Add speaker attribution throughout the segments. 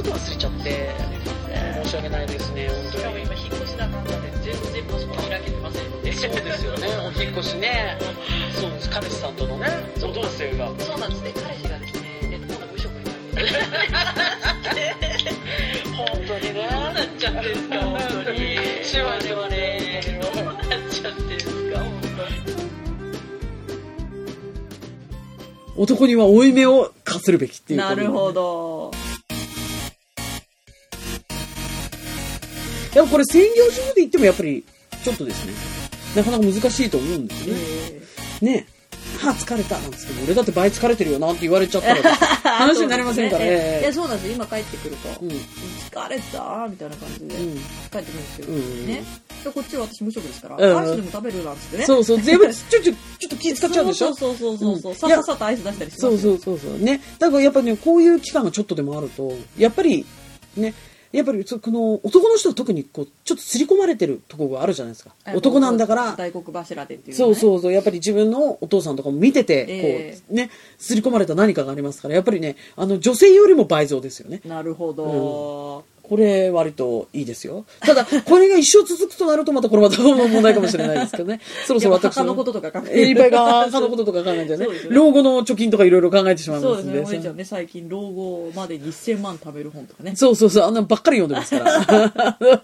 Speaker 1: で、
Speaker 2: え
Speaker 1: 申し訳ないですね、
Speaker 2: ー、しかも
Speaker 1: 本
Speaker 2: 今引っ越しだなんだで全然パソコン開けてませんの
Speaker 1: 当
Speaker 2: で
Speaker 1: に。そうですよね、お引っ越しね。そうです、彼氏さんとのね、
Speaker 2: そ
Speaker 1: お
Speaker 2: う
Speaker 1: どうしてるが。
Speaker 2: そうなんですね彼氏がですねえっと無職になって
Speaker 1: 本当にね。
Speaker 2: どうなっちゃってんすか本当に
Speaker 1: しばしばね。
Speaker 2: どうなっちゃってんすか本当に
Speaker 3: 男には負い目を課するべきっていうこと
Speaker 4: なるほど。
Speaker 3: でもこれ専業主婦で言ってもやっぱり、ちょっとですね、なかなか難しいと思うんですね。ねえ。ああ、疲れた。なんですけど、俺だって倍疲れてるよなって言われちゃったら、 話になりませんから
Speaker 4: そうです
Speaker 3: ね
Speaker 4: ねいや、そうなんですよ。今帰ってくると、
Speaker 3: うん、
Speaker 4: 疲れたみたいな感じで、
Speaker 3: うん、
Speaker 4: 帰ってくるんですよ。
Speaker 3: うん
Speaker 4: ね。でこっちは私無職ですから、
Speaker 3: うん
Speaker 4: アイスでも食べるなんつってね。
Speaker 3: そうそう、全部、 ちょ、ちょ、ちょっと気使っちゃうんでしょ
Speaker 4: そうそうそうそう。
Speaker 3: うん
Speaker 4: さっささっとアイス出したりします
Speaker 3: そ
Speaker 4: よ
Speaker 3: うそうそうそう。ね。だからやっぱね、こういう期間がちょっとでもあると、やっぱり、ね、やっぱりそ、この、男の人は特に、こう、ちょっと刷り込まれてるところがあるじゃないですか。
Speaker 4: あの
Speaker 3: 男なんだから、
Speaker 4: 大黒柱でっていう、ね。
Speaker 3: そうそうそう、やっぱり自分のお父さんとかも見てて、こ
Speaker 4: え
Speaker 3: う、ね、刷り込まれた何かがありますから、やっぱりね、あの、女性よりも倍増ですよね。
Speaker 4: なるほど。
Speaker 3: これ、割といいですよ。ただ、これが一生続くとなると、またこれまた問題かもしれないですけ どね。そろそろ
Speaker 4: やっぱ
Speaker 3: 私
Speaker 4: 墓のこととか考え
Speaker 3: えいっぱいが、墓のこととか考えちゃうね
Speaker 4: そうです。よね
Speaker 3: 老後の貯金とかいろいろ考えてしまい
Speaker 4: そ
Speaker 3: ま
Speaker 4: うですす
Speaker 3: ん
Speaker 4: ね。
Speaker 3: で。
Speaker 4: お姉ちゃんね、最近老後までに1000万貯める本とかね。
Speaker 3: そうそうそう、あんなばっかり読んでますから。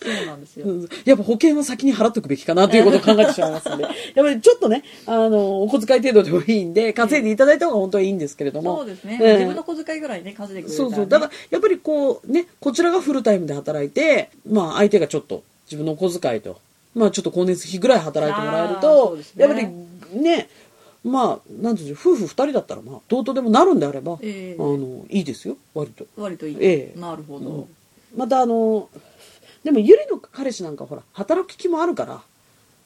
Speaker 4: そうなんですよ。
Speaker 3: うんやっぱ保険は先に払っとくべきかなということを考えてしまいますの で。やっぱりちょっとね、あの、お小遣い程度でもいいんで、稼いでいただいた方が本当はいいんですけれども。
Speaker 4: そうですね。
Speaker 3: ええ
Speaker 4: 自分の小遣いぐらいね、稼いでくれるか
Speaker 3: そ
Speaker 4: ら、
Speaker 3: う
Speaker 4: ね。
Speaker 3: そう。だから、やっぱりこう、ね、こちらがフルタイムで働いて、まあ、相手がちょっと、自分のお小遣いと、まあ、ちょっと光熱費ぐらい働いてもらえる
Speaker 4: あーそ
Speaker 3: と、
Speaker 4: うですね
Speaker 3: やっぱり、ね、まあ、なんていうんでしょう夫婦二人だったら、まあ、どうとでもなるんであれば、
Speaker 4: ええ
Speaker 3: あの、いいですよ、割と。
Speaker 4: 割といい。
Speaker 3: ええ
Speaker 4: なるほど。
Speaker 3: うんまた、あの、でも、ゆりの彼氏なんかほら、働く気もあるから、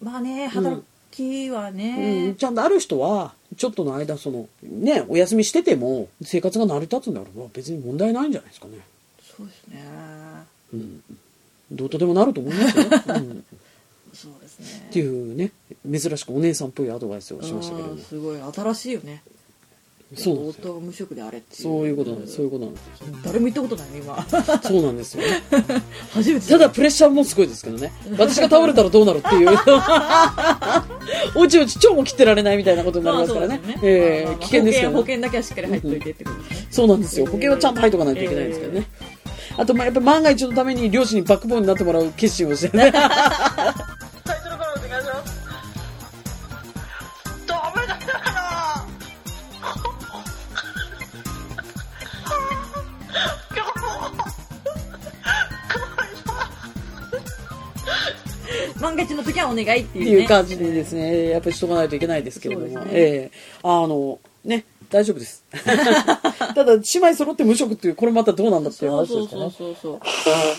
Speaker 4: まあね、働きは
Speaker 3: う
Speaker 4: ね
Speaker 3: ん、、ちゃんとある人は、ちょっとの間、その、ね、お休みしてても、生活が成り立つんだろうな、別に問題ないんじゃないですかね。
Speaker 4: そうですね。
Speaker 3: うん。どうとでもなると思 いますよ。うん
Speaker 4: そうですね。
Speaker 3: っていうね珍しくお姉さんっぽいアドバイスをしましたけれど
Speaker 4: う
Speaker 3: も
Speaker 4: んすごい、新しいよね。
Speaker 3: そうなんです よ
Speaker 4: 夫が無職であれっていう。
Speaker 3: そういうことなんですそういうことなんです
Speaker 4: 誰も行ったことないね、今。
Speaker 3: そうなんですよね
Speaker 4: 初めて。
Speaker 3: ただ、プレッシャーもすごいですけどね私が倒れたらどうなるって いうおちおち腸も切ってられないみたいなことになりますからね,、
Speaker 4: まあそうですよ
Speaker 3: え
Speaker 4: まあ
Speaker 3: ー
Speaker 4: まあ
Speaker 3: 危険ですけど
Speaker 4: 保険
Speaker 3: ね
Speaker 4: 保険だけはしっかり入っといてってことですね。
Speaker 3: そうなんですよ保険はちゃんと入っとかないといけないんですけどね、あとまあやっぱり万が一のために両親にバックボーンになってもらう決心をしてね
Speaker 2: タイトルからお願いしますダメだから
Speaker 4: 万が一の時はお願いってい
Speaker 3: っ
Speaker 4: う、
Speaker 3: て
Speaker 4: ね。
Speaker 3: いう感じでですね、やっぱりしとかないといけないですけれども、
Speaker 4: そうですね
Speaker 3: ええあの、ね、大丈 夫です。ただ、姉妹揃って無職っていう、これまたどうなんだっていう
Speaker 4: そう
Speaker 3: 話
Speaker 4: そ
Speaker 3: で
Speaker 4: う
Speaker 3: すか
Speaker 4: そう
Speaker 3: ら
Speaker 4: そうそう。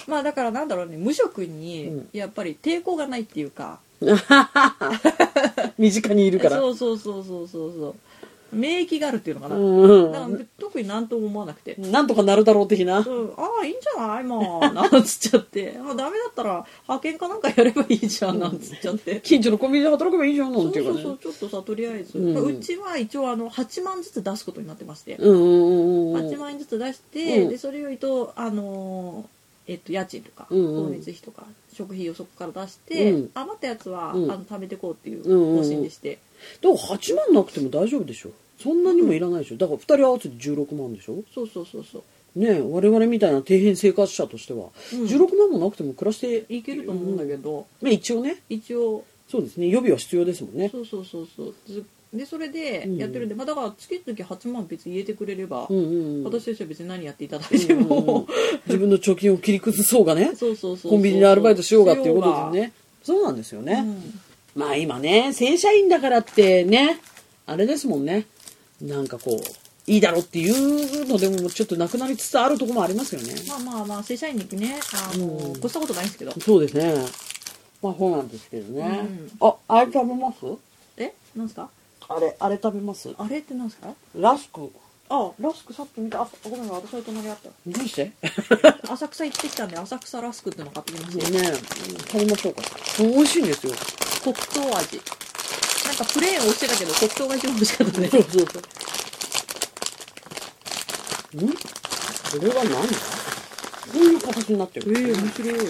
Speaker 4: まあだからなんだろうね、無職
Speaker 3: う
Speaker 4: に
Speaker 3: ん、
Speaker 4: やっぱり抵抗がないっていうか。
Speaker 3: ね。身近にいるから。
Speaker 4: そうそうそうそうそうそう。免疫があるっていうのかな。
Speaker 3: うん
Speaker 4: だか
Speaker 3: う
Speaker 4: ら特になんとも思わなくて。
Speaker 3: ん。なんとかなるだろう的な
Speaker 4: う。ん、ああ、いいんじゃないもう、なんつっちゃって。もうダメだったら、派遣かなんかやればいいじゃん、なんつっちゃって。
Speaker 3: 近所のコンビニで働けばいいじゃん、な
Speaker 4: そ
Speaker 3: ん
Speaker 4: う
Speaker 3: ていう
Speaker 4: そ
Speaker 3: か
Speaker 4: う
Speaker 3: ね。
Speaker 4: そう、ちょっとさ、とりあえず。
Speaker 3: うんうん
Speaker 4: うちは一応、あの、8万ずつ出すことになってまして。
Speaker 3: うんうんうんうん
Speaker 4: 8万円ずつ出して、
Speaker 3: うん
Speaker 4: でそれよりと、あのーえっと、家賃とか
Speaker 3: うんうん
Speaker 4: 光熱費とか食費をそこから出して、
Speaker 3: うん
Speaker 4: 余ったやつは、
Speaker 3: うん
Speaker 4: あの貯めてこうっていう
Speaker 3: うんう
Speaker 4: 方
Speaker 3: ん
Speaker 4: 針でして、
Speaker 3: でも8万なくても大丈夫でしょ。そんなにもいらないでしょ。だから2人合わせて16万でしょ。
Speaker 4: そうそうそうそう
Speaker 3: ねえ我々みたいな底辺生活者としては、
Speaker 4: うん
Speaker 3: 16万もなくても暮らして
Speaker 4: いけると思うんだけど、
Speaker 3: まあ一応ね、
Speaker 4: 一応
Speaker 3: そうですね。予備は必要ですもんね。
Speaker 4: そうそうそうそうずでそれで
Speaker 3: うん
Speaker 4: やってるんで、まあ、だから月々8万別に入れてくれれば、
Speaker 3: うんうんうん。
Speaker 4: 私としては別に何やっていただいても、
Speaker 3: うんうんうん自分の貯金を切り崩そうがね、
Speaker 4: そうそうそうそう
Speaker 3: コンビニでアルバイトしようがっていうことですよね。そうなんですよ
Speaker 4: しようが、う
Speaker 3: ね。
Speaker 4: ん
Speaker 3: まあ今ね、正社員だからってね、あれですもんね。なんかこう、いいだろうっていうのでもちょっとなくなりつつあるところもありますよね。
Speaker 4: まあまあまあ正社員にねあの、
Speaker 3: うん
Speaker 4: 越したことないんですけど
Speaker 3: そうですね。まあそうなんですけどね。あ、あれ食べます
Speaker 4: えなんですか
Speaker 3: あれ、あれ食べます
Speaker 4: あれってなんですか
Speaker 3: ラスク。
Speaker 4: あラスクさっき見たあごめん私の隣あっ
Speaker 3: どうしてね
Speaker 4: た 浅草行ってきたんで浅草ラスクっての買ってきまし
Speaker 3: 食べましょうか。美味しいんですよ。
Speaker 4: た黒糖味なんかプレーンを押してたけど黒糖が一番美味しかったね
Speaker 3: そうそうそう。んこれは何だ形になって
Speaker 4: ええ
Speaker 3: る。
Speaker 4: 面白い。こ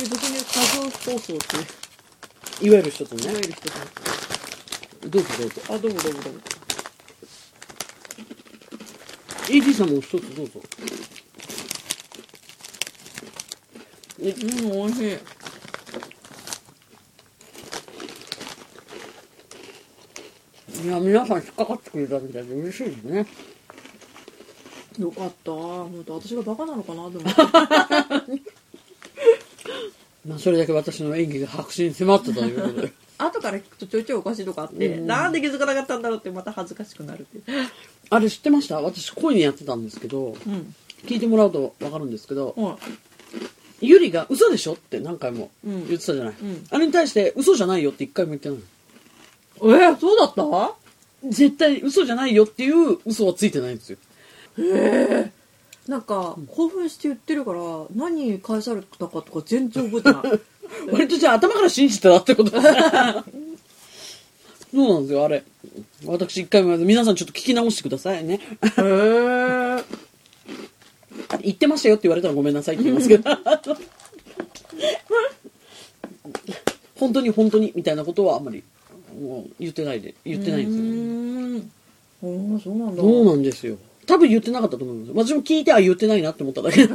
Speaker 4: れ僕に過剰放送って
Speaker 3: いわゆる一つ
Speaker 4: いわ
Speaker 3: ね
Speaker 4: ゆ。る人だ。
Speaker 3: どうぞどうぞ。
Speaker 4: あ、どうもどうもどうも。
Speaker 3: AD さんも一つどうぞ。
Speaker 4: うん、美味しい。
Speaker 3: いや、皆さん引っかかってくれたみたいで嬉しいですね。
Speaker 4: よかった。本当私がバカなのかなでも。
Speaker 3: まあ、それだけ私の演技が白紙に迫ったというこ とで。
Speaker 4: 後から聞くとちょいちょいおかしいとかあって、
Speaker 3: うん
Speaker 4: なんで気づかなかったんだろうってまた恥ずかしくなるっていう。
Speaker 3: あれ知ってました私、恋にやってたんですけど、
Speaker 4: うん。
Speaker 3: 聞いてもらうとわかるんですけど、
Speaker 4: ほら。
Speaker 3: ゆりが嘘でしょって何回も
Speaker 4: う
Speaker 3: 言
Speaker 4: ん
Speaker 3: ってたじゃない。
Speaker 4: うん
Speaker 3: あれに対して嘘じゃないよって一回も言ってない。
Speaker 4: えー、そうだった
Speaker 3: 絶対嘘じゃないよっていう嘘はついてないんですよ。
Speaker 4: なんか、興奮して言ってるから、何返されたかとか全然覚えてない。
Speaker 3: 割とじゃあ頭から信じて たってことですねそうなんですよ、あれ。私一回もやらず、皆さんちょっと聞き直してくださいね。
Speaker 4: へー。
Speaker 3: あ 言ってましたよって言われたらごめんなさいって言いますけ ど。本当に本当にみたいなことはあんまりもう言ってないで、言ってないんですよね。
Speaker 4: うーん。ああ、そうなんだ。
Speaker 3: そうなんですよ。多分言ってなかったと思います。私も聞いて、あ、言ってないなって思っただけ で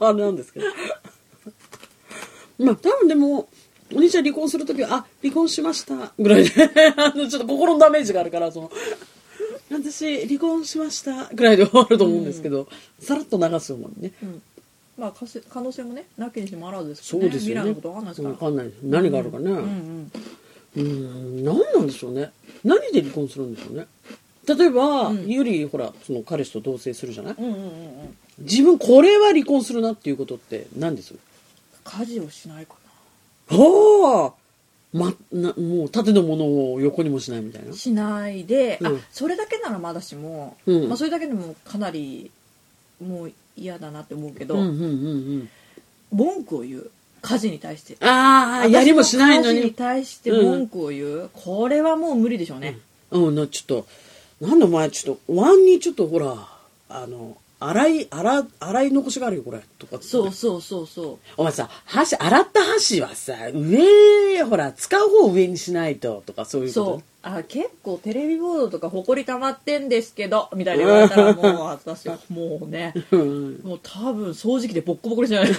Speaker 3: あれなんですけど。まあ、多分でも、お兄ちゃん離婚するときは、あ、離婚しました。ぐらいで、 あの、ちょっと心のダメージがあるから、その、私、離婚しました。ぐらいで終わると思うんですけど、さらっと流すもんね。
Speaker 4: うんまあ、かせ可能性もね、なきにしもあらずですけ
Speaker 3: そ
Speaker 4: ど
Speaker 3: う
Speaker 4: ね。
Speaker 3: ですよ
Speaker 4: 未
Speaker 3: ね。
Speaker 4: 来のことわかんないですから。
Speaker 3: わかんないです何があるかね。
Speaker 4: うんうん。
Speaker 3: うーん、何なんでしょうね。何で離婚するんでしょうね。例えば、
Speaker 4: うん
Speaker 3: ゆり、ほら、その彼氏と同棲するじゃない
Speaker 4: うんうんうんうん。
Speaker 3: 自分これは離婚するなっていうことって何です
Speaker 4: 家事をしないか
Speaker 3: はあま、な、もう縦のものを横にもしないみたいな
Speaker 4: な。。しないで、
Speaker 3: うん
Speaker 4: あそれだけならまだしも、
Speaker 3: うん
Speaker 4: まあ、それだけでもかなりもう嫌だなって思うけど、
Speaker 3: うんうんうん
Speaker 4: 文句を言う家事に対して
Speaker 3: うん。ああ、やりもしないの
Speaker 4: 私家事に
Speaker 3: に。
Speaker 4: 対して文句を言う、これはもう無理でしょうね、
Speaker 3: うん、な、ちょっと、なんでお前ちょっと、お椀にちょっとほら、あの、洗い、洗い、洗い残しがあるよ、これ。とかって
Speaker 4: そうそうそうそ
Speaker 3: お前さ、箸、洗った箸はさ、上、ほら、使う方を上にしないと、とかそう
Speaker 4: う
Speaker 3: いうこと
Speaker 4: そう。あ結構テレビボードとかほこり溜まってんですけどみたいな言われたらもう私 はもうね
Speaker 3: うん
Speaker 4: もう多分掃除機でボッコボコにしない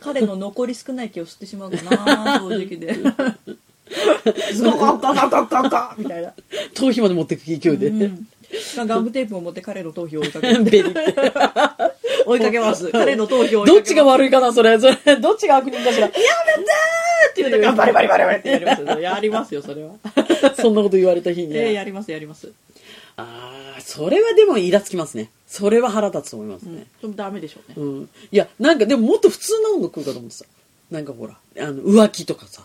Speaker 4: 彼の残り少ない気を吸ってしまうかな掃除機でガガガガガガガみたいな、
Speaker 3: 頭皮まで持ってく勢いで。
Speaker 4: うん、ガムテープを持って彼の頭皮を追いかけ
Speaker 3: ベリって
Speaker 4: 追いかけます彼の頭皮を追いかけます
Speaker 3: どっちが悪いかな、そ れ。それ、どっちが悪人かしら。
Speaker 4: って言うとバリバリバリバリってやりますよやりますよそれは
Speaker 3: そんなこと言われた日に
Speaker 4: えー
Speaker 3: ね。
Speaker 4: やりますやります、
Speaker 3: ああ、それはでもイラつきますね。それは腹立つと思います
Speaker 4: うん
Speaker 3: ね。、
Speaker 4: でもダメでしょうね
Speaker 3: うん。いや、なんかでももっと普通なのが来るかと思ってた。なんかほら、あの、浮気とかさ。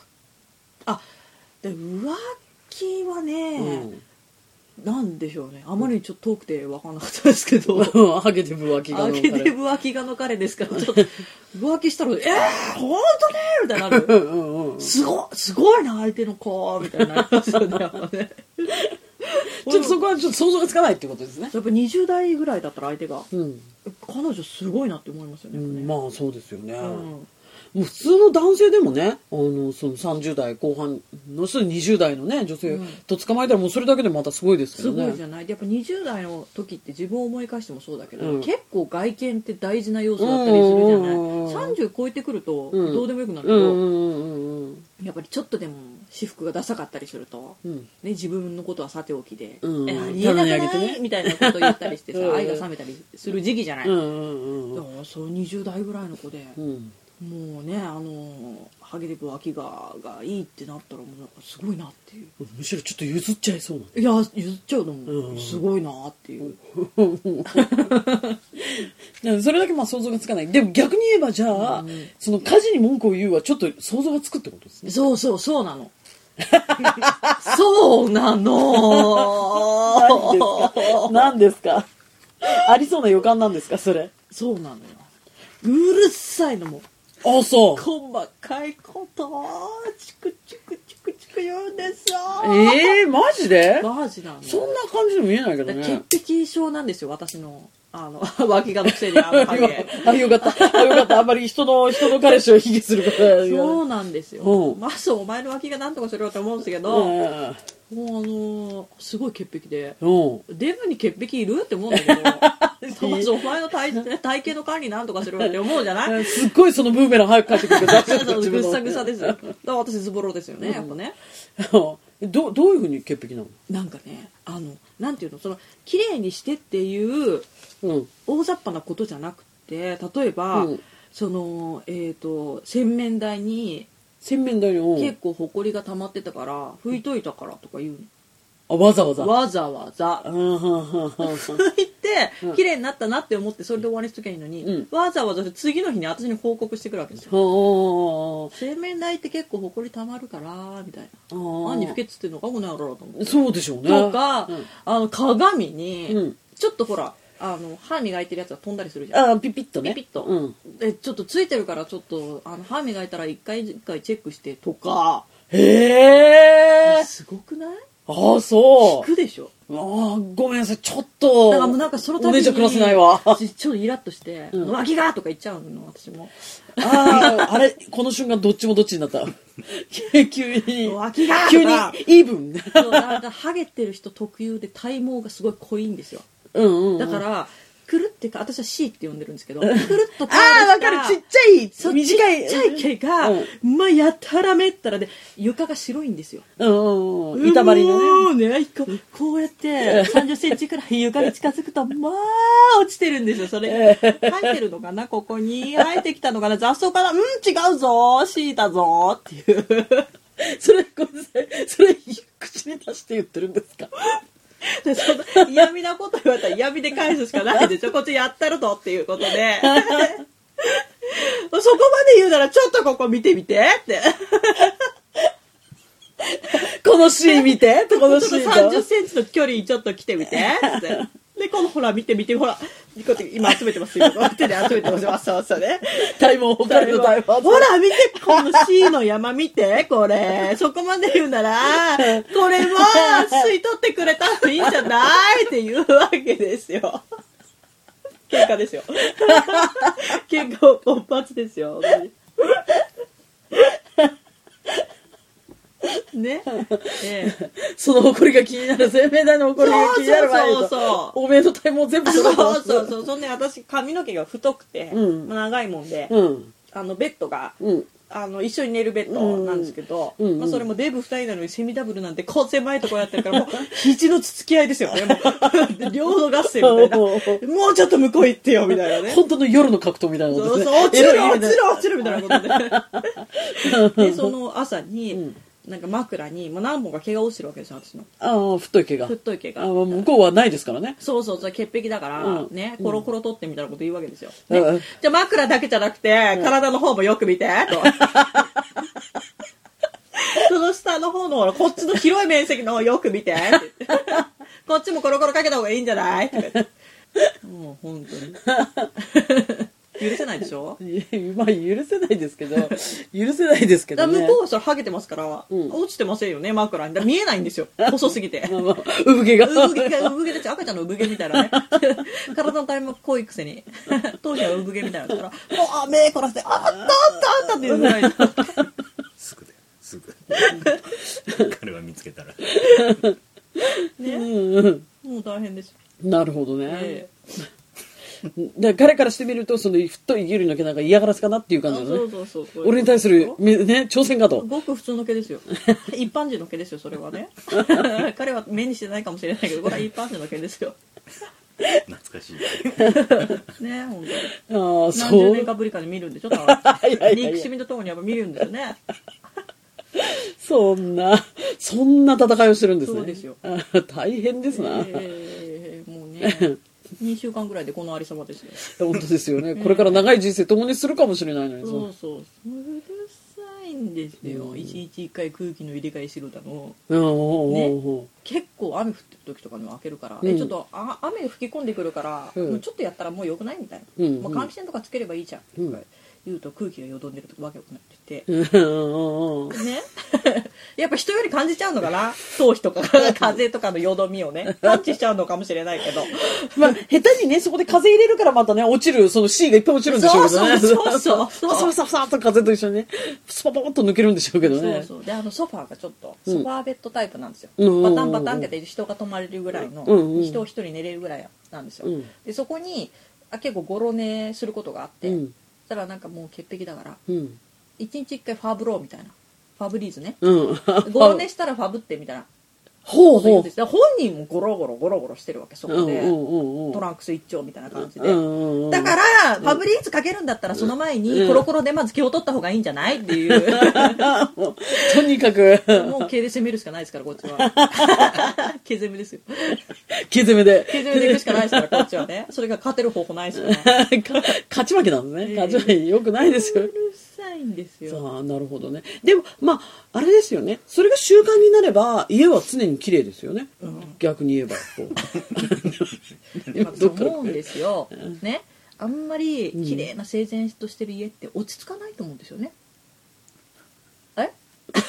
Speaker 4: あで浮気はね、
Speaker 3: うん。
Speaker 4: なんでしょうねあまりちょっと遠くて分かんなかったですけど
Speaker 3: ハゲて浮気が
Speaker 4: あ
Speaker 3: の
Speaker 4: けで
Speaker 3: 彼。
Speaker 4: 浮気がの彼ですからちょっと浮気したら「えー、本当ね!」みたいにな
Speaker 3: う
Speaker 4: る
Speaker 3: んうんうん。
Speaker 4: すごいすごいな相手の子みたいになりますよねやっぱね
Speaker 3: ちょっとそこはちょっと想像がつかないってことですね。
Speaker 4: やっぱ20代ぐらいだったら相手が
Speaker 3: うん。
Speaker 4: 彼女すごいなって思いますよ
Speaker 3: う
Speaker 4: ね,、
Speaker 3: ん、まあそうですよね。
Speaker 4: うん
Speaker 3: もう普通の男性でもね、あの、その30代後半の人で20代のね、女性
Speaker 4: うん
Speaker 3: と捕まえたらもうそれだけでまたすごいですけ
Speaker 4: す
Speaker 3: どね。
Speaker 4: ごいじゃないやっぱ20代の時って自分を思い返してもそうだけど、
Speaker 3: うん
Speaker 4: 結構外見って大事な要素だったりするじゃない、
Speaker 3: うんうんうんうん
Speaker 4: 30超えてくると
Speaker 3: うん
Speaker 4: どうでもよくなるけ
Speaker 3: う
Speaker 4: ど、
Speaker 3: んうんうんうん
Speaker 4: やっぱりちょっとでも私服がダサかったりすると、
Speaker 3: うん。
Speaker 4: ね、自分のことはさておきで、
Speaker 3: うん
Speaker 4: えありえなく
Speaker 3: 棚に
Speaker 4: な
Speaker 3: 上げて
Speaker 4: い
Speaker 3: ね
Speaker 4: みたいなこと言ったりしてさ、
Speaker 3: うんうん
Speaker 4: 愛が冷めたりする時期じゃない、
Speaker 3: う
Speaker 4: い
Speaker 3: んうんうんうん。
Speaker 4: やそう20代ぐらいの子で、
Speaker 3: うん
Speaker 4: もうねあのハゲデブ秋ががいいってなったらもうなんかすごいなっていう
Speaker 3: むしろちょっと譲っちゃいそうない
Speaker 4: や譲っちゃうの
Speaker 3: う
Speaker 4: も
Speaker 3: ん
Speaker 4: すごいなっていう、
Speaker 3: だからそれだけまあ想像がつかないでも逆に言えばじゃあ、その家事に文句を言うはちょっと想像がつくってことです ね
Speaker 4: そうそう、そうなの。 そうなの。
Speaker 3: 何ですかありそうな予感なんですかそれ
Speaker 4: そうなのよ。うるさいのも。
Speaker 3: あそう
Speaker 4: 細かいことをチクチクチクチく言うんですよ。
Speaker 3: ええマジで
Speaker 4: マジなの。
Speaker 3: そんな感じに見えないけどね。
Speaker 4: 潔癖症なんですよ、私の。あの、 脇がのくせにあ の影。
Speaker 3: あ、よかった。あ、よかった。あんまり人の、人の彼氏を卑下することは言わない
Speaker 4: そうなんですよ
Speaker 3: う。ん
Speaker 4: まずお前の脇がなんとかしろよと思うんですけど、もう
Speaker 3: う
Speaker 4: あのーすごい潔癖で。
Speaker 3: ん。うん。
Speaker 4: デブに潔癖いるって思うんだけど、 まずお前の体体型の管理なんとかしろよって思うじゃない
Speaker 3: すっごいそのブーメラン早く帰ってくるから
Speaker 4: そ
Speaker 3: 大
Speaker 4: う
Speaker 3: 丈
Speaker 4: そうぐっ
Speaker 3: 夫自分の
Speaker 4: さぐさですよ。だから私ズボロですよね、やっぱね。
Speaker 3: うん どどういうふうに潔癖なの
Speaker 4: なんかね、あの、なんていうの、その、綺麗にしてっていう
Speaker 3: うん。
Speaker 4: 大雑把なことじゃなくて、例えば、
Speaker 3: うん
Speaker 4: その、えっ、と、洗面台に
Speaker 3: 洗面台に、うん
Speaker 4: 結構ほこりが溜まってたから、拭いといたからとか言う
Speaker 3: あ、わざわざ。
Speaker 4: の。わざわざ。
Speaker 3: うんうんうんうん
Speaker 4: 拭いて
Speaker 3: う、ん
Speaker 4: 綺麗になったなって思って、それで終わりにしときゃいいのに、
Speaker 3: うん
Speaker 4: わざわざ次の日に私に報告してくるわけですよ。
Speaker 3: は
Speaker 4: 洗面台って結構ほこり溜まるから、みたいな。
Speaker 3: あああ。
Speaker 4: 何に拭けっつってんのかこの野郎と思って。
Speaker 3: そうでしょうね。
Speaker 4: とか、
Speaker 3: うん
Speaker 4: あの鏡に、
Speaker 3: うん
Speaker 4: ちょっとほらあの歯磨いてるやつが飛んだりするじゃん
Speaker 3: あピピッとね。
Speaker 4: ピピッと
Speaker 3: うん。
Speaker 4: でちょっとついてるからちょっとあの歯磨いたら一回一回チェックしてとか
Speaker 3: へえ。
Speaker 4: すごくない
Speaker 3: ああ、そ
Speaker 4: 聞くでしょ
Speaker 3: う。ああ、ごめんなさい。ちょっと。
Speaker 4: だからもうなんかその度
Speaker 3: お姉ちゃん暮らせないわ。 あ
Speaker 4: ちちょっとイラッとして「
Speaker 3: うん
Speaker 4: 脇が!」とか言っちゃうの私も
Speaker 3: あ、あれ、この瞬間どっちもどっちにな った。急に、
Speaker 4: 「脇が!」と
Speaker 3: 急に
Speaker 4: か、
Speaker 3: イーブン。
Speaker 4: そうなんかハゲてる人特有で体毛がすごい濃いんですよ
Speaker 3: うんうんうん。
Speaker 4: だからくるってか私は C って呼んでるんですけどくるっと
Speaker 3: ああ、わかる。ちっちゃい、
Speaker 4: そう
Speaker 3: 短い。
Speaker 4: ちっちゃい毛が、まあやたらめったらで床が白いんですよ
Speaker 3: うんうんうん。板張りのね。
Speaker 4: ねねこうこうやって3 0センチくらい床に近づ くとまあ落ちてるんですよそれ生えてるのかなここに生えてきたのかな雑草かなうん違うぞ C だぞっていう
Speaker 3: それ、ごめんなさい。それ、口に出して言ってるんですか
Speaker 4: でその嫌味なこと言われたら嫌味で返すしかないでしょこっちやったるぞっていうことで そこまで言うならちょっとここ見てみてって
Speaker 3: このシーン見て、この
Speaker 4: ち
Speaker 3: シ
Speaker 4: ょ
Speaker 3: ー
Speaker 4: っ
Speaker 3: ン
Speaker 4: と30
Speaker 3: の
Speaker 4: センチの距離にちょっと来てみて。ってで、このほら、見て見て、ほら、こうやって今集めてますよ。手で集めてますよ。そうそうね。
Speaker 3: タイムを、二人のタイムを
Speaker 4: ほら、見て、この C の山見て、これ。そこまで言うなら、これも吸い取ってくれたらいいんじゃないっていうわけですよ。喧嘩ですよ。結構勃発ですよ。本当にね。ええ
Speaker 3: その誇りが気になる、洗面台の誇りが気になる前に
Speaker 4: そうそうそうそう
Speaker 3: おめえの体毛全部
Speaker 4: そうそうそう
Speaker 3: う。
Speaker 4: そうそんで私髪の毛が太くて、
Speaker 3: うん
Speaker 4: まあ長いもんで、
Speaker 3: うん。
Speaker 4: あのベッドが
Speaker 3: うん。
Speaker 4: あの一緒に寝るベッドなんですけど、
Speaker 3: うんうん
Speaker 4: まあ、それもデブ2人なのにセミダブルなん てこう狭いとこやってるからもう肘のつつき合いですよねもうで領土合戦みたいなもうちょっと向こう行ってよみたいなね
Speaker 3: 本当の夜の格闘みたいな
Speaker 4: そ
Speaker 3: こと
Speaker 4: う
Speaker 3: です
Speaker 4: そ
Speaker 3: ね。
Speaker 4: う落ち
Speaker 3: エ
Speaker 4: ろ
Speaker 3: ロい
Speaker 4: 落ちろ落ちろみたいなこと ででその朝に、
Speaker 3: ん
Speaker 4: なんか枕にもう何本か毛が落ちてるわけですよ私の
Speaker 3: ああ、太い毛が。
Speaker 4: 太い毛が
Speaker 3: ああ向こうはないですからね。
Speaker 4: そうそうそう潔癖だから、
Speaker 3: うん
Speaker 4: ねコロコロ取ってみたいなこと言うわけですよ、
Speaker 3: う
Speaker 4: ね
Speaker 3: んうん
Speaker 4: じゃあ枕だけじゃなくて、体の方もよく見てと その下の方のほらこっちの広い面積の方よく見てって 言ってこっちもコロコロかけた方がいいんじゃないとか言ってもう本当に 許せないでしょ
Speaker 3: いやまあ、許せないですけど、許せないですけ
Speaker 4: だ
Speaker 3: ど
Speaker 4: から向
Speaker 3: ね
Speaker 4: こ。うはそれハゲてますから、
Speaker 3: うん
Speaker 4: 落ちてませんよね枕にだから見えないんですよ細すぎて
Speaker 3: まあまあ産毛が。
Speaker 4: 産毛が産毛たち赤ちゃんの産毛みたい なね体の体も濃いくせ に頭皮は産毛みたいなのだからもうあ目凝らして「あったあったあった」って言うぐら い
Speaker 5: すぐだよすぐ 彼は見つけたら
Speaker 4: ね
Speaker 3: うんうん
Speaker 4: もう大変ですよ、
Speaker 3: なるほどね
Speaker 4: え。
Speaker 3: で彼からしてみると、その太いギリの毛なんか嫌がらせかなっていう
Speaker 4: え
Speaker 3: 感じだ
Speaker 4: そ
Speaker 3: ね
Speaker 4: う。そうそうそう
Speaker 3: 俺に対する、めね、挑戦かと。
Speaker 4: ごく普通の毛 ですよ一般人の毛ですよそれは ね彼は目にしてないかもしれないけどこれは一般人の毛ですよ
Speaker 5: 懐かしい
Speaker 4: ね本当に
Speaker 3: ああ、
Speaker 4: 何
Speaker 3: そ
Speaker 4: 十
Speaker 3: う
Speaker 4: 年。かぶりかに見るんでちょっと
Speaker 3: いやいや
Speaker 4: 憎しみとともにやっぱ見るんですよね
Speaker 3: そんな、そんな戦いをしてるんですね。
Speaker 4: そうですよ
Speaker 3: あー。大変ですな。
Speaker 4: ええもうね2週間ぐらいでこのありさまですよ
Speaker 3: 本当ですよね。これから長い人生共にするかもしれないのに。
Speaker 4: そうそううるさいんですよ一日一回空気の入れ替えしろだの
Speaker 3: うんうんうんうん
Speaker 4: 結構雨降ってる時とかにも開けるから、
Speaker 3: うん
Speaker 4: えちょっとあ雨吹き込んでくるから、
Speaker 3: うん
Speaker 4: もうちょっとやったらもうよくないみたいな、
Speaker 3: うんうん
Speaker 4: もう換気扇とかつければいいじゃん、
Speaker 3: うん
Speaker 4: 言うと空気がよどんでるとかわけよくなってて
Speaker 3: うんうんうん
Speaker 4: ね やっぱ人より感じちゃうのか な頭皮とか風とかのよどみをね感知しちゃうのかもしれないけど
Speaker 3: まあ、下手にね、そこで風入れるからまたね、落ちる、その C がいっぱい落ちるんでしょうけどね。
Speaker 4: そうそうそうそう
Speaker 3: ふさふさふさっと風と一緒にね、スパポンと抜けるんでしょうけど
Speaker 4: そう
Speaker 3: ね。
Speaker 4: そうであのソファーがちょっとソファーベッドタイプなんですよ、
Speaker 3: うん
Speaker 4: バタンバタンってやって人が泊まれるぐらいの、
Speaker 3: うんうん
Speaker 4: 人を一人寝れるぐらいなんですよ、
Speaker 3: うん
Speaker 4: でそこにあ結構ゴロ寝することがあって、
Speaker 3: うん
Speaker 4: そしたらなんかもう潔癖だから
Speaker 3: うん。
Speaker 4: 一日一回ファブローみたいなファブリーズね
Speaker 3: うん。
Speaker 4: ゴロ寝したらファブってみたいな
Speaker 3: ほう
Speaker 4: こと言うん
Speaker 3: ほ
Speaker 4: で
Speaker 3: う
Speaker 4: す。よ本人もゴロゴロゴロゴロしてるわけそこで、
Speaker 3: うん
Speaker 4: トランクス一丁みたいな感じで、
Speaker 3: うんうん。、
Speaker 4: だからら、ファブリーズかけるんだったら、その前
Speaker 3: う
Speaker 4: に、
Speaker 3: ん
Speaker 4: コロコロでまず毛を取った方がいいんじゃないっていう。
Speaker 3: とにかく、
Speaker 4: もう毛で攻めるしかないですから、こっちは。毛攻めですよ。
Speaker 3: 毛攻めで。
Speaker 4: 毛攻めでいくしかないですから、こっちはね。それが勝てる方法ないです から、ね。
Speaker 3: か勝ち負けなんですね。勝ち負け良くないですよ
Speaker 4: う。るさいんですよ。
Speaker 3: さあ、なるほどね。でも、まあ、あれですよね。それが習慣になれば、家は常に綺麗ですよね。逆に言えば。こ
Speaker 4: で まあ
Speaker 3: どっから
Speaker 4: 思うんですよ。ね。あんまり、綺麗な整然としてる家って落ち着かないと思うんですよね。え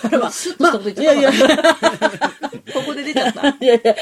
Speaker 4: あれは、 スッとしたこと言っちゃった。
Speaker 3: まあいやい
Speaker 4: ここで出ちゃった。
Speaker 3: ういやいや、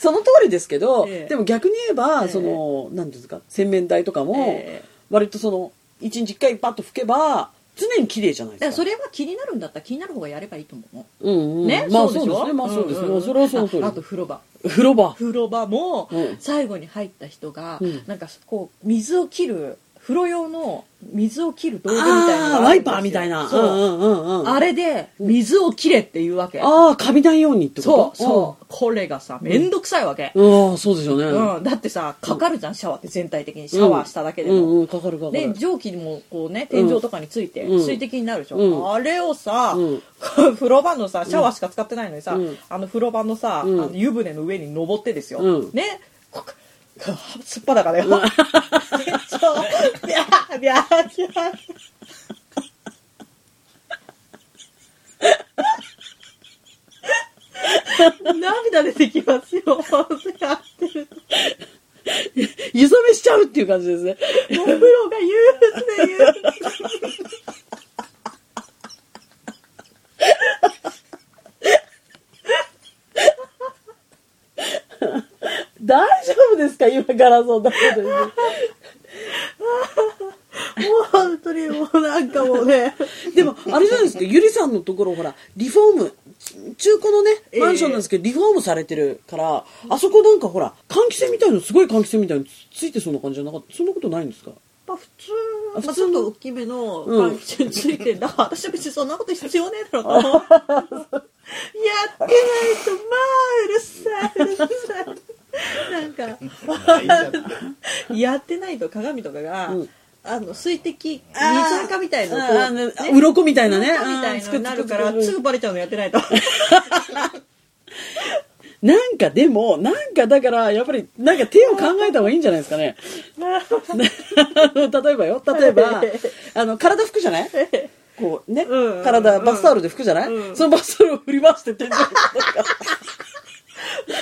Speaker 3: その通りですけど、
Speaker 4: ええ
Speaker 3: でも逆に言えば、
Speaker 4: ええ
Speaker 3: その、なんていうんですか、洗面台とかも
Speaker 4: ええ、
Speaker 3: 割とその、一日一回パッと拭けば、常に綺麗じゃない
Speaker 4: だか
Speaker 3: で
Speaker 4: ら
Speaker 3: すか。
Speaker 4: それは気になるんだったら気になる方がやればいいと思う。
Speaker 3: うんうん。
Speaker 4: ね、
Speaker 3: まあ
Speaker 4: で
Speaker 3: そ
Speaker 4: し
Speaker 3: うで
Speaker 4: ょ
Speaker 3: すね。まあそうですね。
Speaker 4: んんん
Speaker 3: それはその通り
Speaker 4: あ
Speaker 3: で
Speaker 4: あと風呂場
Speaker 3: す。風呂場。
Speaker 4: 風呂場も
Speaker 3: うん
Speaker 4: 最後に入った人が、
Speaker 3: うん
Speaker 4: なんかこう水を切る風呂用の水を切る道具みたいなのが
Speaker 3: ああ、
Speaker 4: あ
Speaker 3: ワ
Speaker 4: るんです
Speaker 3: イ
Speaker 4: よ
Speaker 3: パーみたいな。
Speaker 4: そう、
Speaker 3: んうんうんうん。
Speaker 4: あれで水を切れっていうわけ
Speaker 3: ああ、カビないようにって
Speaker 4: そ
Speaker 3: こと
Speaker 4: うそう、これがさめんどくさいわけ、
Speaker 3: うん。ああ、そうですよね。
Speaker 4: うんだってさかかるじゃんシャワーって全体的にシャワーしただけでも、
Speaker 3: うんうん、かかるかか
Speaker 4: で
Speaker 3: る。
Speaker 4: 蒸気もこうね天井とかについて
Speaker 3: うん
Speaker 4: 水滴になるでしょ、
Speaker 3: うん
Speaker 4: あれをさ、
Speaker 3: うん
Speaker 4: 風呂場のさシャワーしか使ってないのにさ、
Speaker 3: うん
Speaker 4: あの風呂場のさ、
Speaker 3: ん
Speaker 4: あの湯船の上に登ってですよ、
Speaker 3: うん
Speaker 4: ねこ こすっぱだからよ。そうビャービャービャー 涙出てきます よ。やってると
Speaker 3: 湯冷めしちゃうっていう感じですね。
Speaker 4: お風呂が言うっていう。
Speaker 3: 大丈夫ですか今からそんな こと言って
Speaker 4: もう本当にもうなんかもう ね。
Speaker 3: でも、あれじゃないですか、ゆりさんのところ、ほら、リフォーム、中古のね、マンションなんですけど、リフォームされてるから、あそこなんかほら、換気扇みたいの、すごい換気扇みたいのつついてそうな感じじゃなかった。そんなことないんですか
Speaker 4: まあ普通
Speaker 3: あ
Speaker 4: まあ、
Speaker 3: 普
Speaker 4: ち
Speaker 3: 通
Speaker 4: ょっ
Speaker 3: の
Speaker 4: と大きめの
Speaker 3: うん
Speaker 4: パンチについてんだ、 私は別にそんなこと必要ねえだろうと思うやってないとまあうるさいうるさいなんか やってないと鏡とかが、
Speaker 3: うん
Speaker 4: あの水滴水
Speaker 3: あー
Speaker 4: 垢みたいな
Speaker 3: あーあー鱗みたいなね
Speaker 4: 鱗みたいなのになるから
Speaker 3: あーつくつくつ
Speaker 4: す
Speaker 3: く
Speaker 4: ぐバレちゃうのやってないと
Speaker 3: なんかでも、なんかだから、やっぱり、なんか手を考えた方がいいんじゃないですかね。 例えばよ、例 えば、あの、体拭くじゃないこうね、
Speaker 4: うん
Speaker 3: 体、バスタオルで拭くじゃない、
Speaker 4: うん
Speaker 3: そのバスタオルを振り回して天井に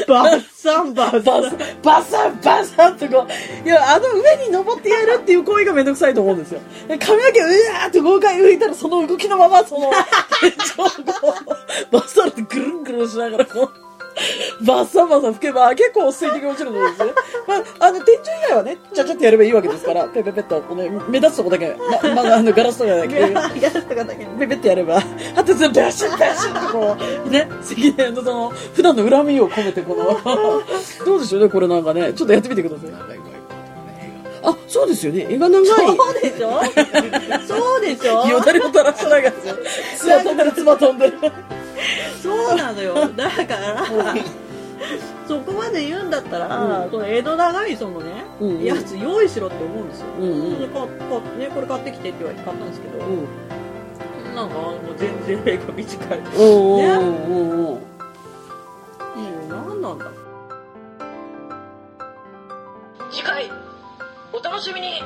Speaker 4: バッサンバッサン
Speaker 3: バサバサンバサンとこういやあの上に登ってやるっていう行為がめんどくさいと思うんですよで髪の毛うわーって豪快浮いたらその動きのままその 天井をこうバサンってぐるんぐるんしながらこうバサバサ吹けば結構水滴が落ちると思うんですね、まあ、あの天井以外はねちゃちゃっとやればいいわけですからペペペッとこうね目立つとこだけ、ままだあのガラスとかだ け
Speaker 4: やったかだけど
Speaker 3: ベベってやれば、 あと全部バシッバシッってこう、ね、関根のその、普段の恨みを込めてこ の、どうでしょうね、これなんかね、ちょっとやってみてください。
Speaker 5: 長いワイパーとかね映
Speaker 3: あ、そうですよね、絵が長い。
Speaker 4: そうでしょそうでしょ
Speaker 3: よだれを垂らし ながら、つば飛んでる、つば飛んでる。
Speaker 4: そうなのよだからそこまで言うんだったら、
Speaker 3: うん
Speaker 4: この江戸長いそのね、
Speaker 3: うん
Speaker 4: やつ用意しろって思うんですよ、
Speaker 3: うんうん
Speaker 4: でかかね、これ買ってきてって言われて買ったんですけど、
Speaker 3: うん。
Speaker 4: なんかもう全然目が短い
Speaker 3: おーおーおーおー
Speaker 4: もう何なんだ
Speaker 2: 次回お楽しみに